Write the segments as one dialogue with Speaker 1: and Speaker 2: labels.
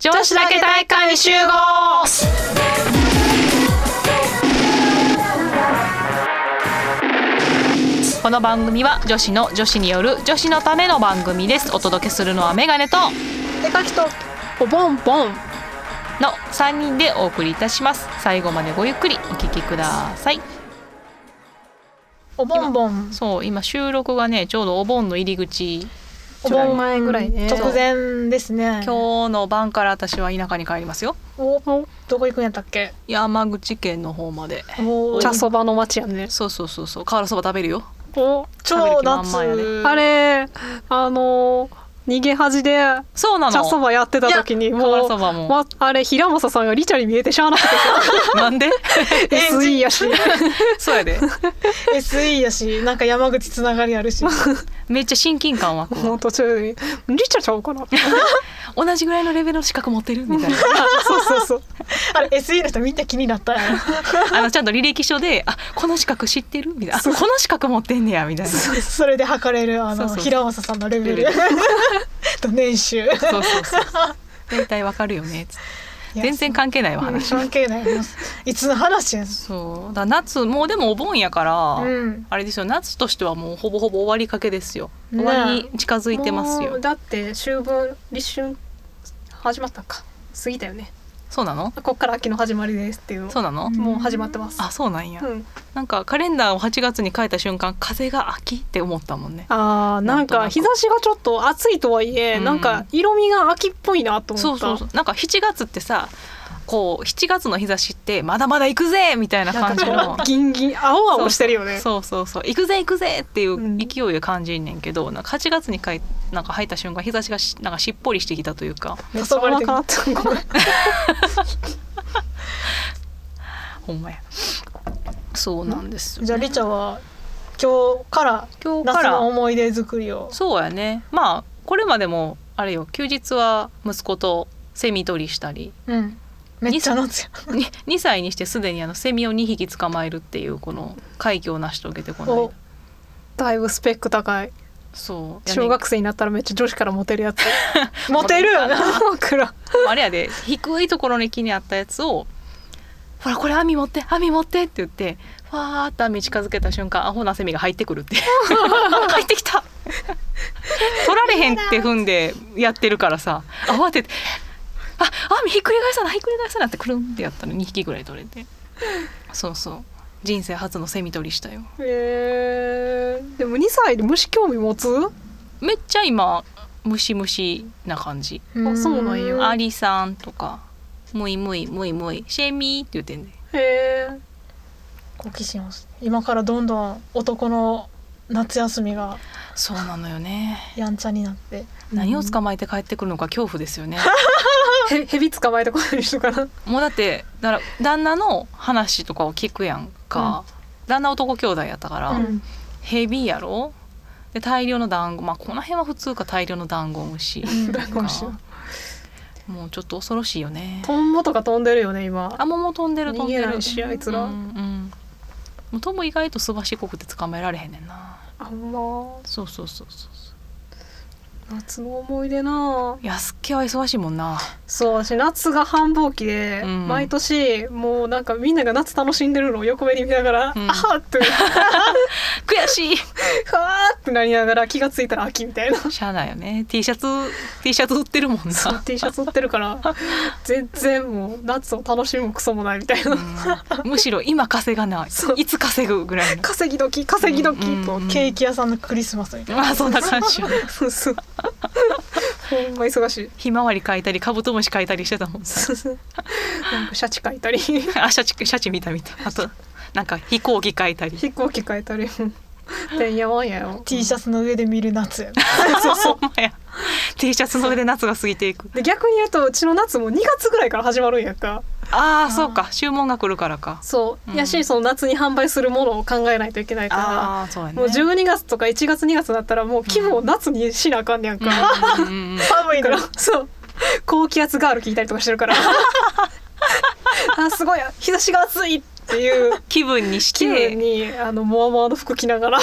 Speaker 1: 女子だけ体育館に集合この番組は女子の女子による女子のための番組ですお届けするのはメガネと
Speaker 2: 手書きとポボンポン
Speaker 1: の3人でお送りいたします最後までごゆっくりお聞きください
Speaker 2: おぼんぼん
Speaker 1: そう今収録がねちょうどお盆の入り口
Speaker 2: お盆前ぐらいね
Speaker 1: 直
Speaker 2: 前ですね
Speaker 1: 今日の晩から私は田舎に帰りますよ
Speaker 2: おどこ行くんやったっけ
Speaker 1: 山口県の方まで
Speaker 2: お
Speaker 3: 茶そばの町やね。
Speaker 1: そうそうそうそう瓦そば食べるよ
Speaker 3: お
Speaker 2: 超夏
Speaker 1: 食べる気満々や
Speaker 3: あれあの逃げ恥で
Speaker 1: そうなの
Speaker 3: 茶そばやってた時に
Speaker 1: 瓦
Speaker 3: も、
Speaker 1: そうばも、
Speaker 3: ま、あれ平正さんがリチャに見えてしゃあなく
Speaker 1: なんで
Speaker 3: て SE やし
Speaker 1: そうやで
Speaker 2: SE やしなんか山口つながりある し
Speaker 1: めっちゃ親近感湧く
Speaker 3: も
Speaker 1: わ
Speaker 3: う途中に「リチャちゃう かな」
Speaker 1: 同じぐらいのレベルの資格持ってるみたい な
Speaker 3: そうそうそう
Speaker 2: あれ SE の人みんな気にな ったやん
Speaker 1: あのちゃんと履歴書で「あこの資格知ってる?」みたいなあ「この資格持ってんねや」みたいなそう
Speaker 2: それで測れるあ
Speaker 1: そう
Speaker 2: の
Speaker 1: そう
Speaker 2: 平正さんのレベ
Speaker 1: レ
Speaker 2: ル と年収
Speaker 1: そうそう大体わかるよねつって全然関係ないわ話
Speaker 2: 関係ないもういつの話やん
Speaker 1: そうだ夏もうでもお盆やから、
Speaker 2: うん
Speaker 1: あれですよ夏としてはもうほぼほぼ終わりかけですよ
Speaker 2: ね
Speaker 1: 終わりに近づいてます
Speaker 3: も
Speaker 1: よ
Speaker 3: うだって秋分立春始まったんか過ぎたよね
Speaker 1: そうなの
Speaker 3: こっから秋の始まりですっていう
Speaker 1: そうなの、
Speaker 2: ん
Speaker 3: もう始まってます
Speaker 1: あそうなんや、
Speaker 3: うん
Speaker 1: なんかカレンダーを8月に変えた瞬間風が秋って思ったもんね
Speaker 3: あーなん
Speaker 1: なんとな
Speaker 3: か
Speaker 1: く
Speaker 3: 日差しがちょっと暑いとはいえ、
Speaker 1: うん
Speaker 3: なんか色味が秋っぽいなと
Speaker 1: そ
Speaker 3: 思った
Speaker 1: うそうそうなんか7月ってさこう7月の日差しってまだまだ行くぜみたいな感じの
Speaker 3: ギンギン青々してるよね
Speaker 1: そうそうそう行くぜ行くぜっていう
Speaker 3: うん
Speaker 1: 勢いを感じんねんけど、なんか8月にかいなんか入った瞬間日差しがしなんかしっぽりしてきたというか
Speaker 3: めっちゃ甘かったごめん
Speaker 1: ほんまやそうなんですよ、
Speaker 2: じゃあリチャは今日から
Speaker 1: 今日か
Speaker 2: 夏
Speaker 1: ら
Speaker 2: の思い出作りを
Speaker 1: そうやねまあこれまでもあれよ休日は息子とセミ捕りしたり
Speaker 2: うんめっちゃ夏や
Speaker 1: に2歳にしてすでにあのセミを2匹捕まえるっていうこの快挙を成し遂げてこない
Speaker 2: お
Speaker 3: だいぶスペック高い
Speaker 1: そうやね
Speaker 3: 小学生になったらめっちゃ女子からモテる やつ
Speaker 2: モテる
Speaker 3: 僕ら
Speaker 1: あれやで低いところに木にあったやつを「ほらこれ網持って網持って」って言ってファーッと網近づけた瞬間アホなセミが入ってくるって入ってきた取られへんって踏んでやってるからさ慌てて「あ網ひっくり返さなひっくり返さな」ってくるんってやったの2匹ぐらい取れてそうそう人生初のセミ取りしたよ
Speaker 3: えー、でも2歳で虫興味持つ
Speaker 1: めっちゃ今ムシムシな感じ
Speaker 3: あそうなんや
Speaker 1: アリさんとか「むいむいむいむいシェミー」って言ってんね
Speaker 3: えー、
Speaker 2: 好奇心を今からどんどん男の夏休みが
Speaker 1: そうなのよね
Speaker 2: やんちゃになって
Speaker 1: 何を捕まえて帰ってくるのか恐怖ですよね
Speaker 3: へ蛇捕まえてこない人かな
Speaker 1: もうだってだから旦那の話とかを聞くやんか、旦那男兄弟やったから、
Speaker 2: うん
Speaker 1: ヘビーやろで大量のダンゴまあこの辺は普通か大量のダンゴムシ
Speaker 3: ダンゴムシ
Speaker 1: とかもうちょっと恐ろしいよね
Speaker 3: トンボとか飛んでるよね今
Speaker 1: あもうもう飛んでる飛んで
Speaker 3: 逃げな
Speaker 1: る
Speaker 3: いしあいつら
Speaker 1: うんうんもうトム意外とすばしこくて捕まえられへんねんな
Speaker 3: あんま
Speaker 1: そうそうそうそうそう
Speaker 3: 夏の思い出なあ
Speaker 1: 安っけは忙しいもんな
Speaker 3: そう私夏が繁忙期で、
Speaker 1: うん
Speaker 3: 毎年もうなんかみんなが夏楽しんでるのを横目に見ながら、
Speaker 1: うん
Speaker 3: あはっては
Speaker 1: 悔しい
Speaker 3: ーってなりながら気がついたら秋みたいな
Speaker 1: しゃあないよね T シャツ T シャツ売ってるもん
Speaker 3: そう
Speaker 1: な
Speaker 3: T シャツ売ってるから全然もう夏を楽しむクソもないみたいな
Speaker 1: うんむしろ今稼がない
Speaker 3: そう
Speaker 1: いつ稼ぐぐらいの
Speaker 3: 稼ぎ時稼ぎ時
Speaker 1: うん
Speaker 3: と、
Speaker 1: うん
Speaker 2: ケーキ屋さんのクリスマスみたいな
Speaker 1: まあそんな感じよね
Speaker 3: そうそうほんま忙しい
Speaker 1: ひまわり描いたりカブトムシ描いたりしてたもん
Speaker 3: そうそうなんかシャチ書いたり飛
Speaker 1: あシャチシャチ見た見たあとなんか飛行機描い たり
Speaker 3: 行機書いたりてんやわんやよ
Speaker 2: T シャツの上で見る夏やね
Speaker 1: ほんまや T シャツの上で夏が過ぎていく
Speaker 3: で逆に言うとうちの夏も2月ぐらいから始まるんやんか
Speaker 1: ああそうか注文が来るからか
Speaker 3: そう、
Speaker 1: うん
Speaker 3: やしその夏に販売するものを考えないといけないか
Speaker 1: ああそうや
Speaker 3: ら
Speaker 1: ね
Speaker 3: もう12月とか1月2月だったらもう気分を夏にしなあかんねやんか、
Speaker 1: うんうんうん
Speaker 2: 寒い
Speaker 3: だ
Speaker 2: の
Speaker 3: か
Speaker 2: に
Speaker 3: ら そう高気圧ガール聞いたりとかして るからあすごい日差しが暑いっていう
Speaker 1: 気分にし
Speaker 3: 気分
Speaker 1: て
Speaker 3: にあのモワモワの服着ながら
Speaker 1: うん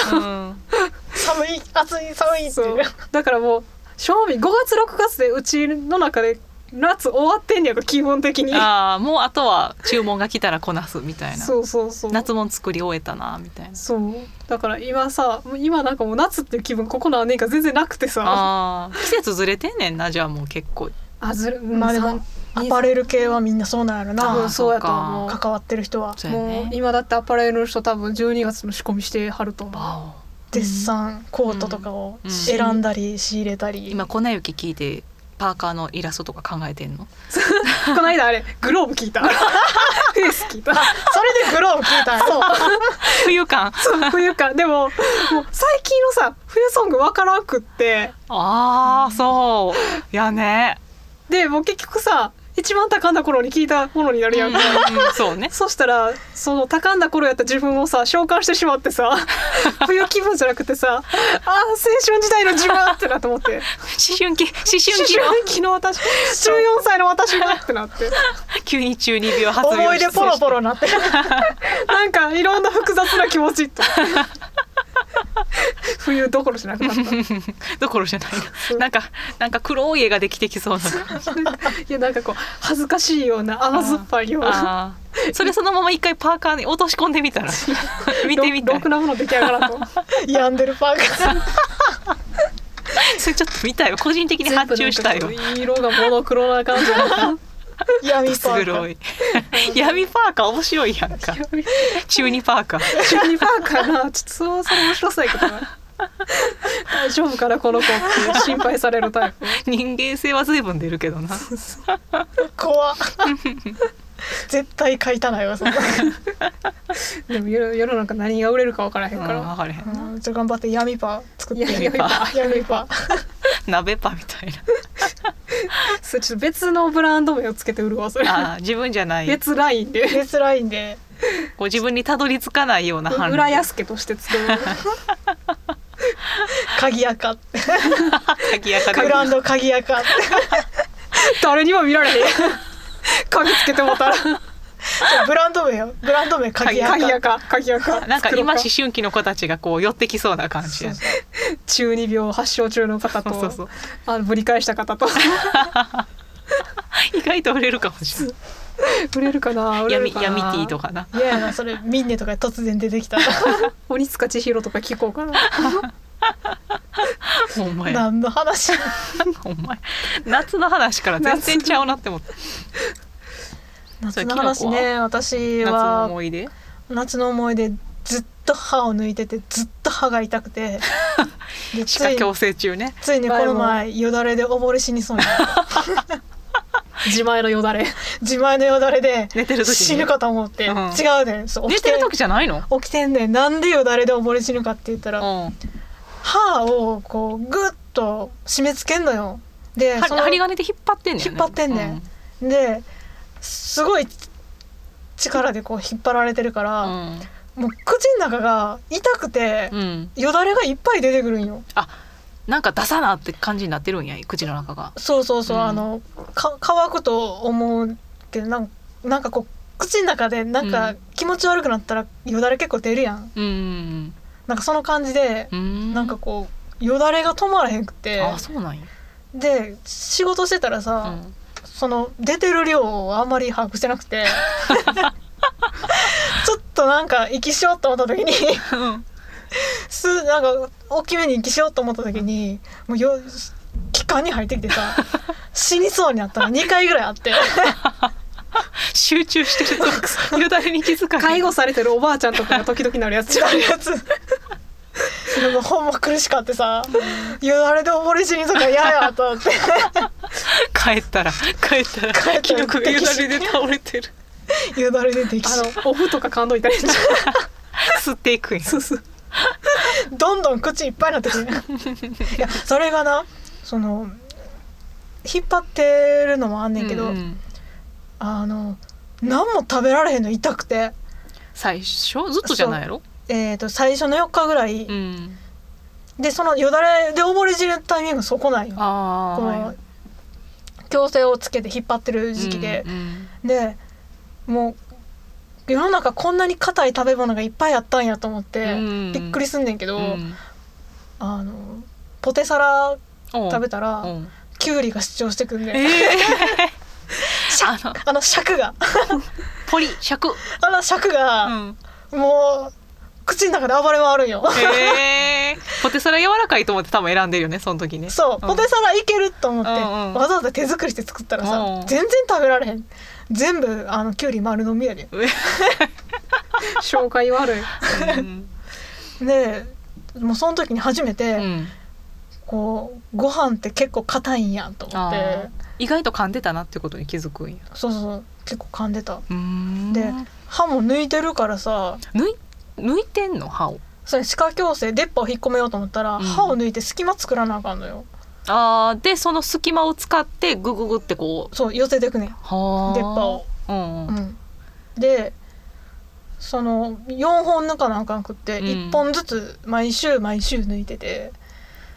Speaker 2: 寒い暑い寒いってい
Speaker 3: そううだからもう正味5月6月でうちの中で夏終わってんねやから基本的に
Speaker 1: ああもうあとは注文が来たらこなすみたいな
Speaker 3: そうそうそう
Speaker 1: 夏もん作り終えたなみたいな
Speaker 3: そうだから今さもう今なんかもう夏っていう気分ここ何年か全然なくてさ
Speaker 1: あー季節ずれてんねんなじゃあもう結構
Speaker 3: あずる
Speaker 2: まあで
Speaker 3: さ
Speaker 2: もアパレル系はみんなそうなんやろ
Speaker 3: 多
Speaker 2: な
Speaker 3: 分そうやと思
Speaker 1: あ
Speaker 2: 関わってる人は
Speaker 1: そうや
Speaker 3: もう
Speaker 1: ね
Speaker 3: 今だってアパレルの人多分12月の仕込みしてはると思う
Speaker 1: わ
Speaker 2: デッサンコートとかを
Speaker 1: うん
Speaker 2: 選んだり仕入れた
Speaker 1: お
Speaker 2: り、
Speaker 1: 今粉雪聞いてパーカーのイラストとか考えてんの
Speaker 3: この間あれグローブ聞いた フェイス聞いた
Speaker 2: それでグローブ聞いたんやそう
Speaker 1: 冬感
Speaker 3: そう冬かでももう最近のさ冬ソングわからんくって
Speaker 1: ああそうやね
Speaker 3: でもう結局さ一番高んだ頃に聞いたものになるやん
Speaker 1: う
Speaker 3: か、
Speaker 1: んそうね
Speaker 3: そしたらその高んだ頃やった自分をさ召喚してしまっ てさ冬気分じゃなくてさあー青春時代の自分ってなと 思って
Speaker 1: 思春期思春期
Speaker 3: 思
Speaker 1: の
Speaker 3: 春期の私14歳の私がってなって
Speaker 1: 急に中二病発病
Speaker 2: 思い出ポロポロなってる
Speaker 3: なんかいろんな複雑な気 持ちと冬どころじゃなくなったい
Speaker 1: どころじゃないななんかなんか黒い絵ができてきそうな
Speaker 3: やなんかこう恥ずかしいような甘酸っぱいような
Speaker 1: あーそれそのまま一回パーカーに落とし込んでみたら見てみ
Speaker 3: ろ
Speaker 1: た
Speaker 3: ろ
Speaker 1: い
Speaker 3: くなもの出来上が らんと
Speaker 2: 病んでるパーカー
Speaker 1: それちょっと見たいわ個人的に発注したいわ
Speaker 3: 全部なんかこう色がモノクロな感じの
Speaker 2: 闇パ
Speaker 1: す
Speaker 2: ーカ
Speaker 1: 黒
Speaker 2: ー
Speaker 1: い 闇パーカー面白いやんか中二パーカー
Speaker 3: 中二パーかなちょっとそうそれ面白そうやけどな大丈夫かなこの子って心配されるタイプ
Speaker 1: 人間性は随分出るけどな
Speaker 2: 怖っ絶対書いたないわそんな
Speaker 3: でも世世の中何が売れるか分からへ
Speaker 1: うんん
Speaker 3: から、
Speaker 1: 分かれへん
Speaker 2: うんちょ頑張って闇パー作っ
Speaker 3: いや
Speaker 2: て
Speaker 3: いやいや
Speaker 2: 闇パー
Speaker 1: 鍋パみたい
Speaker 3: それちょっと別のブランド名をつけて売るわそれ
Speaker 1: なあー自分じゃない
Speaker 3: 別ライン で
Speaker 2: レースラインで
Speaker 1: こう自分にたどり着かないような反
Speaker 3: 浦
Speaker 1: 応
Speaker 3: 安家として作る
Speaker 2: 鍵垢って
Speaker 1: 鍵やか
Speaker 2: ブランド鍵垢って
Speaker 3: 誰にも見ら れへん鍵つけてもたら
Speaker 2: ちょブランド名よブランド名鍵垢
Speaker 3: 鍵やか鍵やか
Speaker 1: なんか今思
Speaker 3: 作ろう
Speaker 1: 春期の子たちがこう寄ってきそうな感じ
Speaker 2: そ
Speaker 1: や
Speaker 2: う
Speaker 1: ね
Speaker 2: そう
Speaker 3: 中二病発症中の方と
Speaker 1: そうそう
Speaker 3: あのぶり返した方 と
Speaker 1: 意外と売れるかもしれない
Speaker 3: 売れるかな売れる
Speaker 1: 闇
Speaker 3: かな
Speaker 1: 闇ティーとかな
Speaker 2: 嫌やなそれミンネとか突然出てきたら
Speaker 3: 鬼塚千尋とか聞こうかな
Speaker 1: ほんまや
Speaker 2: 何の話
Speaker 1: ほんまや夏の話から全然ちゃうなって思った
Speaker 2: 夏の話ね私
Speaker 1: 夏の
Speaker 2: は
Speaker 1: 思い出
Speaker 2: 夏の思い出ずっと歯を抜いててずっと歯が痛くてで
Speaker 1: 歯
Speaker 2: つ
Speaker 1: 科
Speaker 2: い
Speaker 1: 矯正中ね
Speaker 2: ついにこの前よだれで溺れ死にそうになった
Speaker 3: 自前のよだ れ
Speaker 2: 自前のよだれで
Speaker 1: 寝てる時に
Speaker 2: 死ぬかと思って、
Speaker 1: うん
Speaker 2: 違うねんそう
Speaker 1: 寝
Speaker 2: 起き
Speaker 1: て
Speaker 2: て
Speaker 1: る時じゃないの
Speaker 2: 起きてんねんなんでよだれで溺れ死ぬかって言ったら、
Speaker 1: うん
Speaker 2: 歯をこうグッと締め付けんのよで
Speaker 1: は
Speaker 2: その
Speaker 1: 針金で引っ張ってんねんね
Speaker 2: 引っ張ってんねんですごい力でこう引っ張られてるか
Speaker 1: う
Speaker 2: ら、
Speaker 1: ん
Speaker 2: もう口の中が痛くて
Speaker 1: う、んうん
Speaker 2: よだれがいっぱい出てくるんよ
Speaker 1: なんか出さなって感じになってるんや口の中が
Speaker 2: そうそうそう、
Speaker 1: うん
Speaker 2: あのか乾くと思うけどなんなんかこう口の中でなん
Speaker 1: う
Speaker 2: か
Speaker 1: ん
Speaker 2: 気持ち悪くなったらよだれ結構出るやん
Speaker 1: うん
Speaker 2: なんかその感じで
Speaker 1: う、ん
Speaker 2: なんかこうよだれが止まらへんくて
Speaker 1: あそうなんや
Speaker 2: で仕事してたら
Speaker 1: う
Speaker 2: さ、
Speaker 1: ん
Speaker 2: その出てる量をあんまり把握してなくてちょっとなんか息しようと思った時にすなんか大きめに息しようと思った時にもうよ気管に入ってきてさ死にそうになったの2回ぐらいあって
Speaker 1: 集中してるとよだれに気づかない
Speaker 3: 介護されてるおばあちゃんとかが時々な るやつじゃ
Speaker 2: あ
Speaker 3: ん
Speaker 2: るやつでもほんま苦しかってさよだれで溺れ死にとか嫌やと思って
Speaker 1: 帰ったら帰った
Speaker 2: 帰った
Speaker 1: ら
Speaker 2: ら
Speaker 1: キノコがよだれで倒れてる
Speaker 2: よだれででき
Speaker 3: あのお布とか感動いたりして
Speaker 1: 吸っていくんや
Speaker 3: そうそう
Speaker 2: どんどん口いっぱいになってくるいやそれがなその引っ張ってるのもあんねんけど、
Speaker 1: うんうん
Speaker 2: あの何も食べられへんの痛くて
Speaker 1: 最初ずっとじゃないやろ
Speaker 2: えー、と最初の4日ぐらい、
Speaker 1: うん
Speaker 2: でそのよだれで溺れ死ぬタイミングそこないよ
Speaker 1: あー
Speaker 2: この矯正をつけて引っ張ってる時期で
Speaker 1: う、んうん
Speaker 2: でもう世の中こんなに硬い食べ物がいっぱいあったんやと思って、
Speaker 1: うん
Speaker 2: びっくりすんねんけど、
Speaker 1: うん
Speaker 2: あのポテサラ
Speaker 1: おう
Speaker 2: 食べたら、
Speaker 1: うん
Speaker 2: キュウリが主張してく んねん、
Speaker 1: あの
Speaker 2: あの尺が
Speaker 1: ポリ尺。
Speaker 2: あの尺
Speaker 1: う
Speaker 2: が、
Speaker 1: ん。
Speaker 2: もう口の中で暴れ回るんよ、
Speaker 1: ええ ポテサラ柔らかいと思って多分選んでるよねその時ね。
Speaker 2: そう、ポテサラいけると思って、
Speaker 1: うんうん
Speaker 2: わざわざ手作りして作ったらさ、
Speaker 1: うん
Speaker 2: 全然食べられへん全部あのキュウリ丸飲みやで
Speaker 1: うん。
Speaker 3: 紹 介悪い。
Speaker 1: うん
Speaker 2: でもうその時に初めて、
Speaker 1: うん。
Speaker 2: こうご飯って結構硬いんやんと思っ
Speaker 1: あ
Speaker 2: て
Speaker 1: ー意外と噛んでたなってことに気づくんや。
Speaker 2: そうそうそう結構噛んでた
Speaker 1: うーん
Speaker 2: で歯も抜いてるからさ
Speaker 1: 抜い抜いてんの歯を。
Speaker 2: それ歯科矯正出っ歯を引っ込めようと思ったら、
Speaker 1: うん
Speaker 2: 歯を抜いて隙間作らなあかんのよ
Speaker 1: ああでその隙間を使ってグググってこう
Speaker 2: そう寄せてくねん出っ
Speaker 1: はー
Speaker 2: 歯を。
Speaker 1: うんう。
Speaker 2: うんん、でその4本抜かなあかんくって、
Speaker 1: うん
Speaker 2: 1本ずつ毎週毎週抜いてて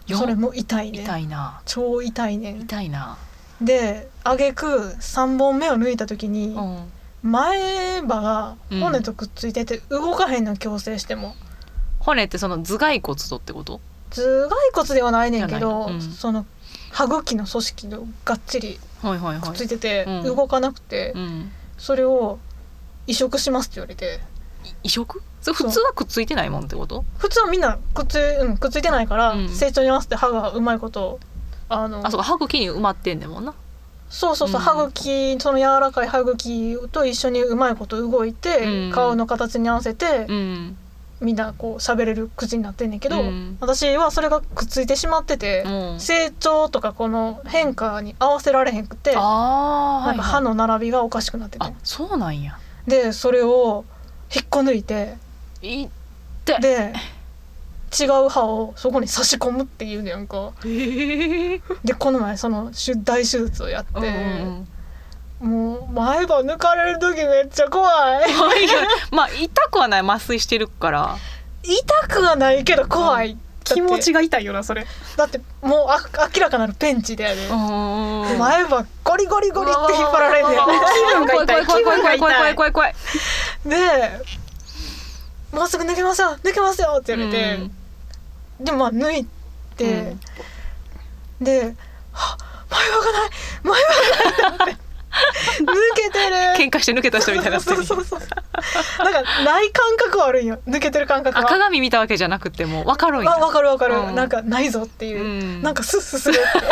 Speaker 1: よ
Speaker 2: それも痛いねん
Speaker 1: 痛いな
Speaker 2: 超痛いねん
Speaker 1: 痛いな。
Speaker 2: であげく3本目を抜いた時に、
Speaker 1: うん。
Speaker 2: 前歯が
Speaker 1: うん
Speaker 2: 骨とくっついてて動かへんの矯正しても
Speaker 1: 骨ってその頭蓋骨とってこと？
Speaker 2: 頭蓋骨ではないねんけど、
Speaker 1: じゃないうん
Speaker 2: その歯茎の組織のがっちり
Speaker 1: はいはいは
Speaker 2: くっつ
Speaker 1: い
Speaker 2: い。てて、
Speaker 1: はいうん
Speaker 2: 動かなくて、
Speaker 1: うん。
Speaker 2: それを移植しますって言われて
Speaker 1: 移植？それ
Speaker 2: そう
Speaker 1: 普通はくっついてないもんってこと？
Speaker 2: 普通はみんなくっつ,、うん、くっついてないから、
Speaker 1: うん
Speaker 2: 成長に合わせて歯がうまいことあの
Speaker 1: あそうか歯茎に埋まってんねんもんな。
Speaker 2: そうそうそ
Speaker 1: う
Speaker 2: う、
Speaker 1: ん
Speaker 2: 歯茎その柔らかい歯茎と一緒にうまいこと動いて、
Speaker 1: うん
Speaker 2: 顔の形に合わせて、
Speaker 1: うん。
Speaker 2: みんなこう喋れる口になってんねんけど、
Speaker 1: うん
Speaker 2: 私はそれがくっついてしまってて。
Speaker 1: うん。
Speaker 2: 成長とかこの変化に合わせられへんくて
Speaker 1: ああ
Speaker 2: なんか歯の並びがおかしくなってて、
Speaker 1: あそうなんや。
Speaker 2: でそれを引っこ抜いて
Speaker 1: いえ
Speaker 2: で違う歯をそこに差し込むっていうねやんか
Speaker 1: ー。
Speaker 2: でこの前その手大手術をやって、
Speaker 1: うんうんうん
Speaker 2: もう前歯抜かれる時めっちゃ怖 い
Speaker 1: 怖いけどまあ痛くはない麻酔してるから。
Speaker 2: 痛くはないけど怖い、だって
Speaker 3: 気持ちが痛いよなそれ。
Speaker 2: だってもうあ明らかなるペンチでやで、
Speaker 1: うん。
Speaker 2: 前歯ゴリゴリゴリって引っ張られんね ん
Speaker 3: 分が痛い
Speaker 1: 怖い怖い怖い怖い
Speaker 3: 気分が痛
Speaker 1: 怖
Speaker 3: い
Speaker 1: い怖い怖い。
Speaker 2: でもうすぐ抜けますよ抜けますよって言われて、
Speaker 1: うん
Speaker 2: でまあ抜いて、では「前 歯がない前歯がない」って思って抜けてる
Speaker 1: 喧嘩して抜けた人みたいな。
Speaker 2: そうそうそうそうなんかない感覚はあるんよ抜けてる感覚
Speaker 1: あ
Speaker 2: は
Speaker 1: 鏡見たわけじゃなくてもう分かるんや
Speaker 2: あ。わかるわかる、
Speaker 1: うん
Speaker 2: なんかないぞってい
Speaker 1: う
Speaker 2: う、
Speaker 1: ん
Speaker 2: なんかスッスするって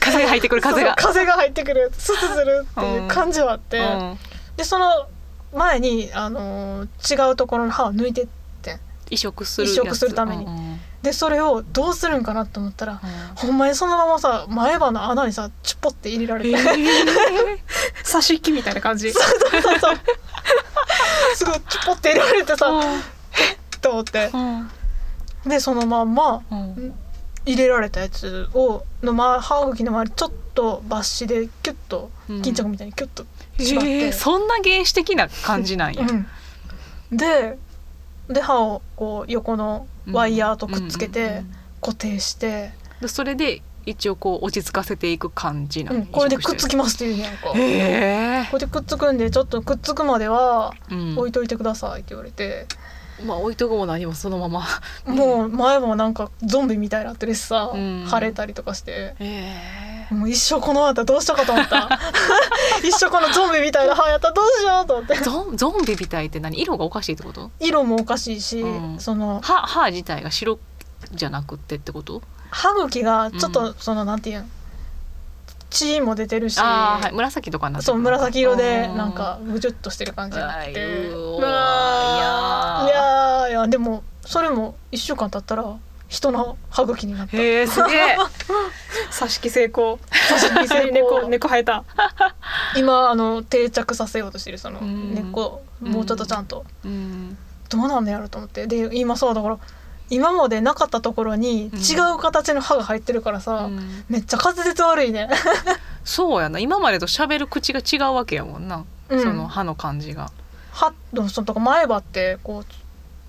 Speaker 1: 風が入ってくる風が。
Speaker 2: そうそう風が入ってくるスッスするっていう感じはあって、
Speaker 1: うん
Speaker 2: でその前に、あのー違うところの歯を抜いてって
Speaker 1: 移植するやつ
Speaker 2: 移植するために
Speaker 1: うんうん
Speaker 2: でそれをどうするんかなと思ったら、
Speaker 1: うん
Speaker 2: ほんまにそのままさ前歯の穴にさチュッポって入れられて、
Speaker 3: 差し引きみたいな感じ。
Speaker 2: そうそうそうすごいチュッポって入れられてさ、と思って
Speaker 1: うん
Speaker 2: でそのまんま
Speaker 1: うん
Speaker 2: 入れられたやつをの、ま、歯茎の周りちょっと抜歯でキュッと
Speaker 1: うん
Speaker 2: 巾着みたいにキュッと縛って、
Speaker 1: へえそんな原始的な感じなんや。
Speaker 2: うんでで歯をこう横のワイヤーとくっつけ
Speaker 1: うんうんう
Speaker 2: て
Speaker 1: ん
Speaker 2: 固定して、
Speaker 1: でそれで一応こう落ち着かせていく感じな
Speaker 2: うんん
Speaker 1: や
Speaker 2: これでくっつきますっていうねなんか。
Speaker 1: へえ
Speaker 2: これでくっつくんでちょっとくっつくまでは
Speaker 1: うん
Speaker 2: 置いといてくださいって言われて、
Speaker 1: まあ置いとくも何もそのま ま。
Speaker 2: もう前もなんかゾンビみたいになってるしさ、
Speaker 1: うん
Speaker 2: 腫れたりとかして
Speaker 1: へえ
Speaker 2: もう一生この歯やったらどうしようかと思った 一生このゾンビみたいな歯やったらどうしようと思って
Speaker 1: ゾンゾンビみたいって何色がおかしいってこと
Speaker 2: 色もおかしいし、
Speaker 1: うん
Speaker 2: その
Speaker 1: 歯歯自体が白じゃなくってってこと
Speaker 2: 歯茎がちょっとその、なんていうん血も出てるし、
Speaker 1: ああ、はい、紫とかになってく
Speaker 2: そ
Speaker 1: る
Speaker 2: う
Speaker 1: のか
Speaker 2: 紫色で
Speaker 1: うん
Speaker 2: なんかぐじゅっとしてる感じになって
Speaker 1: あ
Speaker 2: て
Speaker 1: いう
Speaker 2: うわー
Speaker 1: い
Speaker 2: い
Speaker 1: やー
Speaker 2: やーいやでもそれも1週間経ったら人の歯茎になった。
Speaker 1: へえすげえ
Speaker 3: 差し引き成功。
Speaker 2: 成功
Speaker 3: 猫猫生えた。
Speaker 2: 今あの定着させようとしてるその
Speaker 1: うん
Speaker 2: 根っこ もうちょっとちゃんと
Speaker 1: うん
Speaker 2: どうなんのやろと思ってで今そうだから今までなかったところに違
Speaker 1: うん
Speaker 2: う形の歯が入ってるからさ、
Speaker 1: うん
Speaker 2: めっちゃ滑舌悪いね
Speaker 1: そうやな今までと喋る口が違うわけやもんな、
Speaker 2: うん
Speaker 1: その歯の感じが
Speaker 2: 歯のそのとか前歯ってこう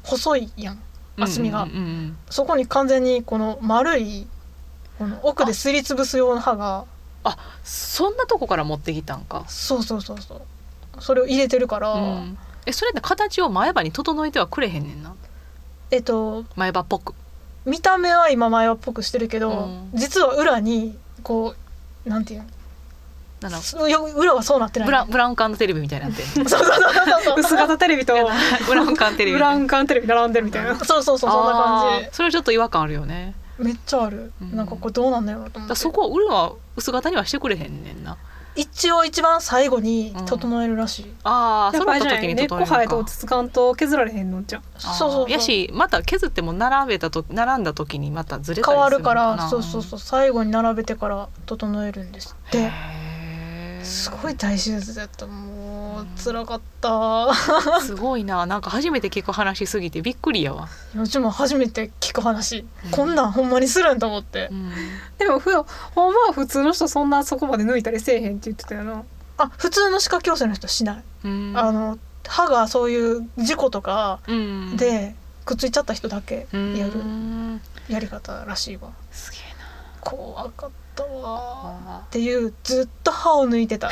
Speaker 2: 細いやん厚みが、
Speaker 1: うんうんうん
Speaker 2: そこに完全にこの丸いこの奥ですりつぶす用の歯が
Speaker 1: そんなとこから持ってきたんか、
Speaker 2: そうそうそうそうそれを入れてるから、
Speaker 1: うんえそれって形を前歯に整えてはくれへんねんな
Speaker 2: えっと
Speaker 1: 前歯っぽく
Speaker 2: 見た目は今前歯っぽくしてるけど、
Speaker 1: うん
Speaker 2: 実は裏にこうなんていう
Speaker 1: なんだろ
Speaker 2: のよ裏はそうなって
Speaker 1: う
Speaker 2: ない
Speaker 1: ブラブラウン管のテレビみたいになってる
Speaker 2: そうそうそう そう
Speaker 3: 薄型テレビと
Speaker 1: ブラウン管テレビ
Speaker 3: ブ
Speaker 1: みた
Speaker 3: ラ
Speaker 1: い
Speaker 3: ウ
Speaker 1: な
Speaker 3: ン管テレビ並んでるみたいな
Speaker 2: そうそうそうそんな
Speaker 1: あ
Speaker 2: 感
Speaker 1: ーそれはちょっと違和感あるよね
Speaker 2: じめっちゃある、
Speaker 1: うん
Speaker 2: なんかこれどうなんだろうなと
Speaker 1: だ
Speaker 2: 思っ
Speaker 1: から
Speaker 2: て
Speaker 1: そこは裏は薄型にはしてくれへんねんな
Speaker 2: 一応一番最後に整えるらしい、
Speaker 1: ああ
Speaker 3: や
Speaker 1: そ
Speaker 3: っ
Speaker 1: の
Speaker 3: ぱあれじゃな
Speaker 1: 時
Speaker 3: い
Speaker 1: に
Speaker 3: 根っこ
Speaker 1: 整え
Speaker 3: 生え
Speaker 1: る
Speaker 3: て
Speaker 1: か
Speaker 3: 落ち着かんと削られへんのんちゃう
Speaker 1: あー
Speaker 2: そうそうそう
Speaker 1: やしまた削っても並べたと並んだ時にまたずれた
Speaker 2: 変
Speaker 1: り
Speaker 2: わ
Speaker 1: する
Speaker 2: る
Speaker 1: の
Speaker 2: か
Speaker 1: な
Speaker 2: らそうそうそう最後に並べてから整えるんですって
Speaker 1: へー
Speaker 2: すごい大手術だった
Speaker 1: う
Speaker 2: もうん辛か った
Speaker 1: すごいななんか初めて聞く話すぎてびっくりやわ、
Speaker 2: うちも初めて聞く話、
Speaker 1: うん
Speaker 2: こんなんほんまにするんと思って、
Speaker 1: うん
Speaker 3: でもふほんまは普通の人そんなそこまで抜いたりせえへんって言ってたよな
Speaker 2: あ普通の歯科矯正の人しない、
Speaker 1: うん
Speaker 2: あの歯がそういう事故とか
Speaker 1: うん
Speaker 2: でくっついちゃった人だけ
Speaker 1: うん
Speaker 2: やるやり方らしいわ
Speaker 1: すげえな
Speaker 2: 怖かったわ
Speaker 1: あ
Speaker 2: っていうずっと歯を抜いて た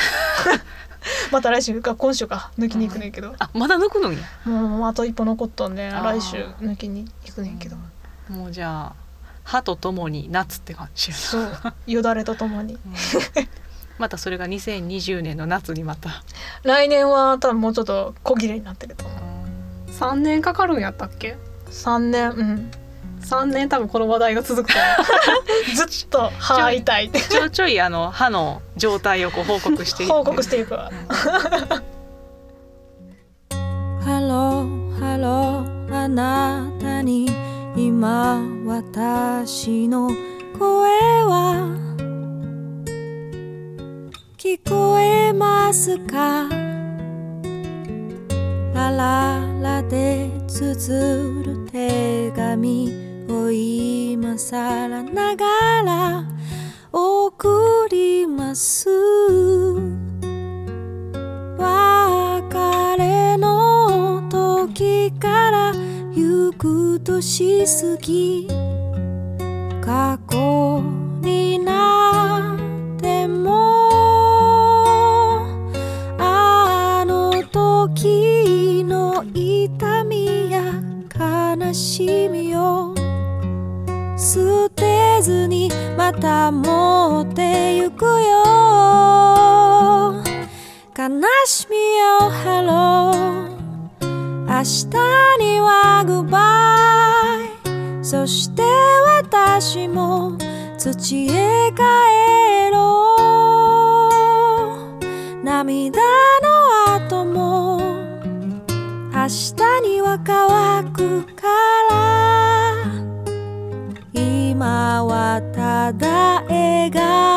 Speaker 2: また来週か今週か抜きに行くねんけど、
Speaker 1: ーあまだ抜くのに
Speaker 2: もうあと一歩残っとんで
Speaker 1: あー
Speaker 2: 来週抜きに行くねんけど
Speaker 1: もうじゃあ歯とともに夏って感じやな
Speaker 2: そうよだれとともに
Speaker 1: うんまたそれが2020年の夏にまた
Speaker 2: 来年は多分もうちょっと小切れになってると思う
Speaker 3: 3年かかるんやったっけ
Speaker 2: 3年うん
Speaker 3: 3年多分この話題が続くと思
Speaker 2: ずっと歯 痛いって
Speaker 1: ちょいちょいあの歯の状態をこう報告していって
Speaker 2: 報告していくわ
Speaker 4: ハローハローあなたに今私の声は聞こえますかラララで綴る手紙を今さらながら送ります別れの時から行く年過ぎ過去になってもあの時の痛みや悲しみを捨てずにまた持ってゆくよ悲しみよ Hello 明日には Goodbye そして私も土へ帰ろう涙の後も明日には乾くから今はただ笑顔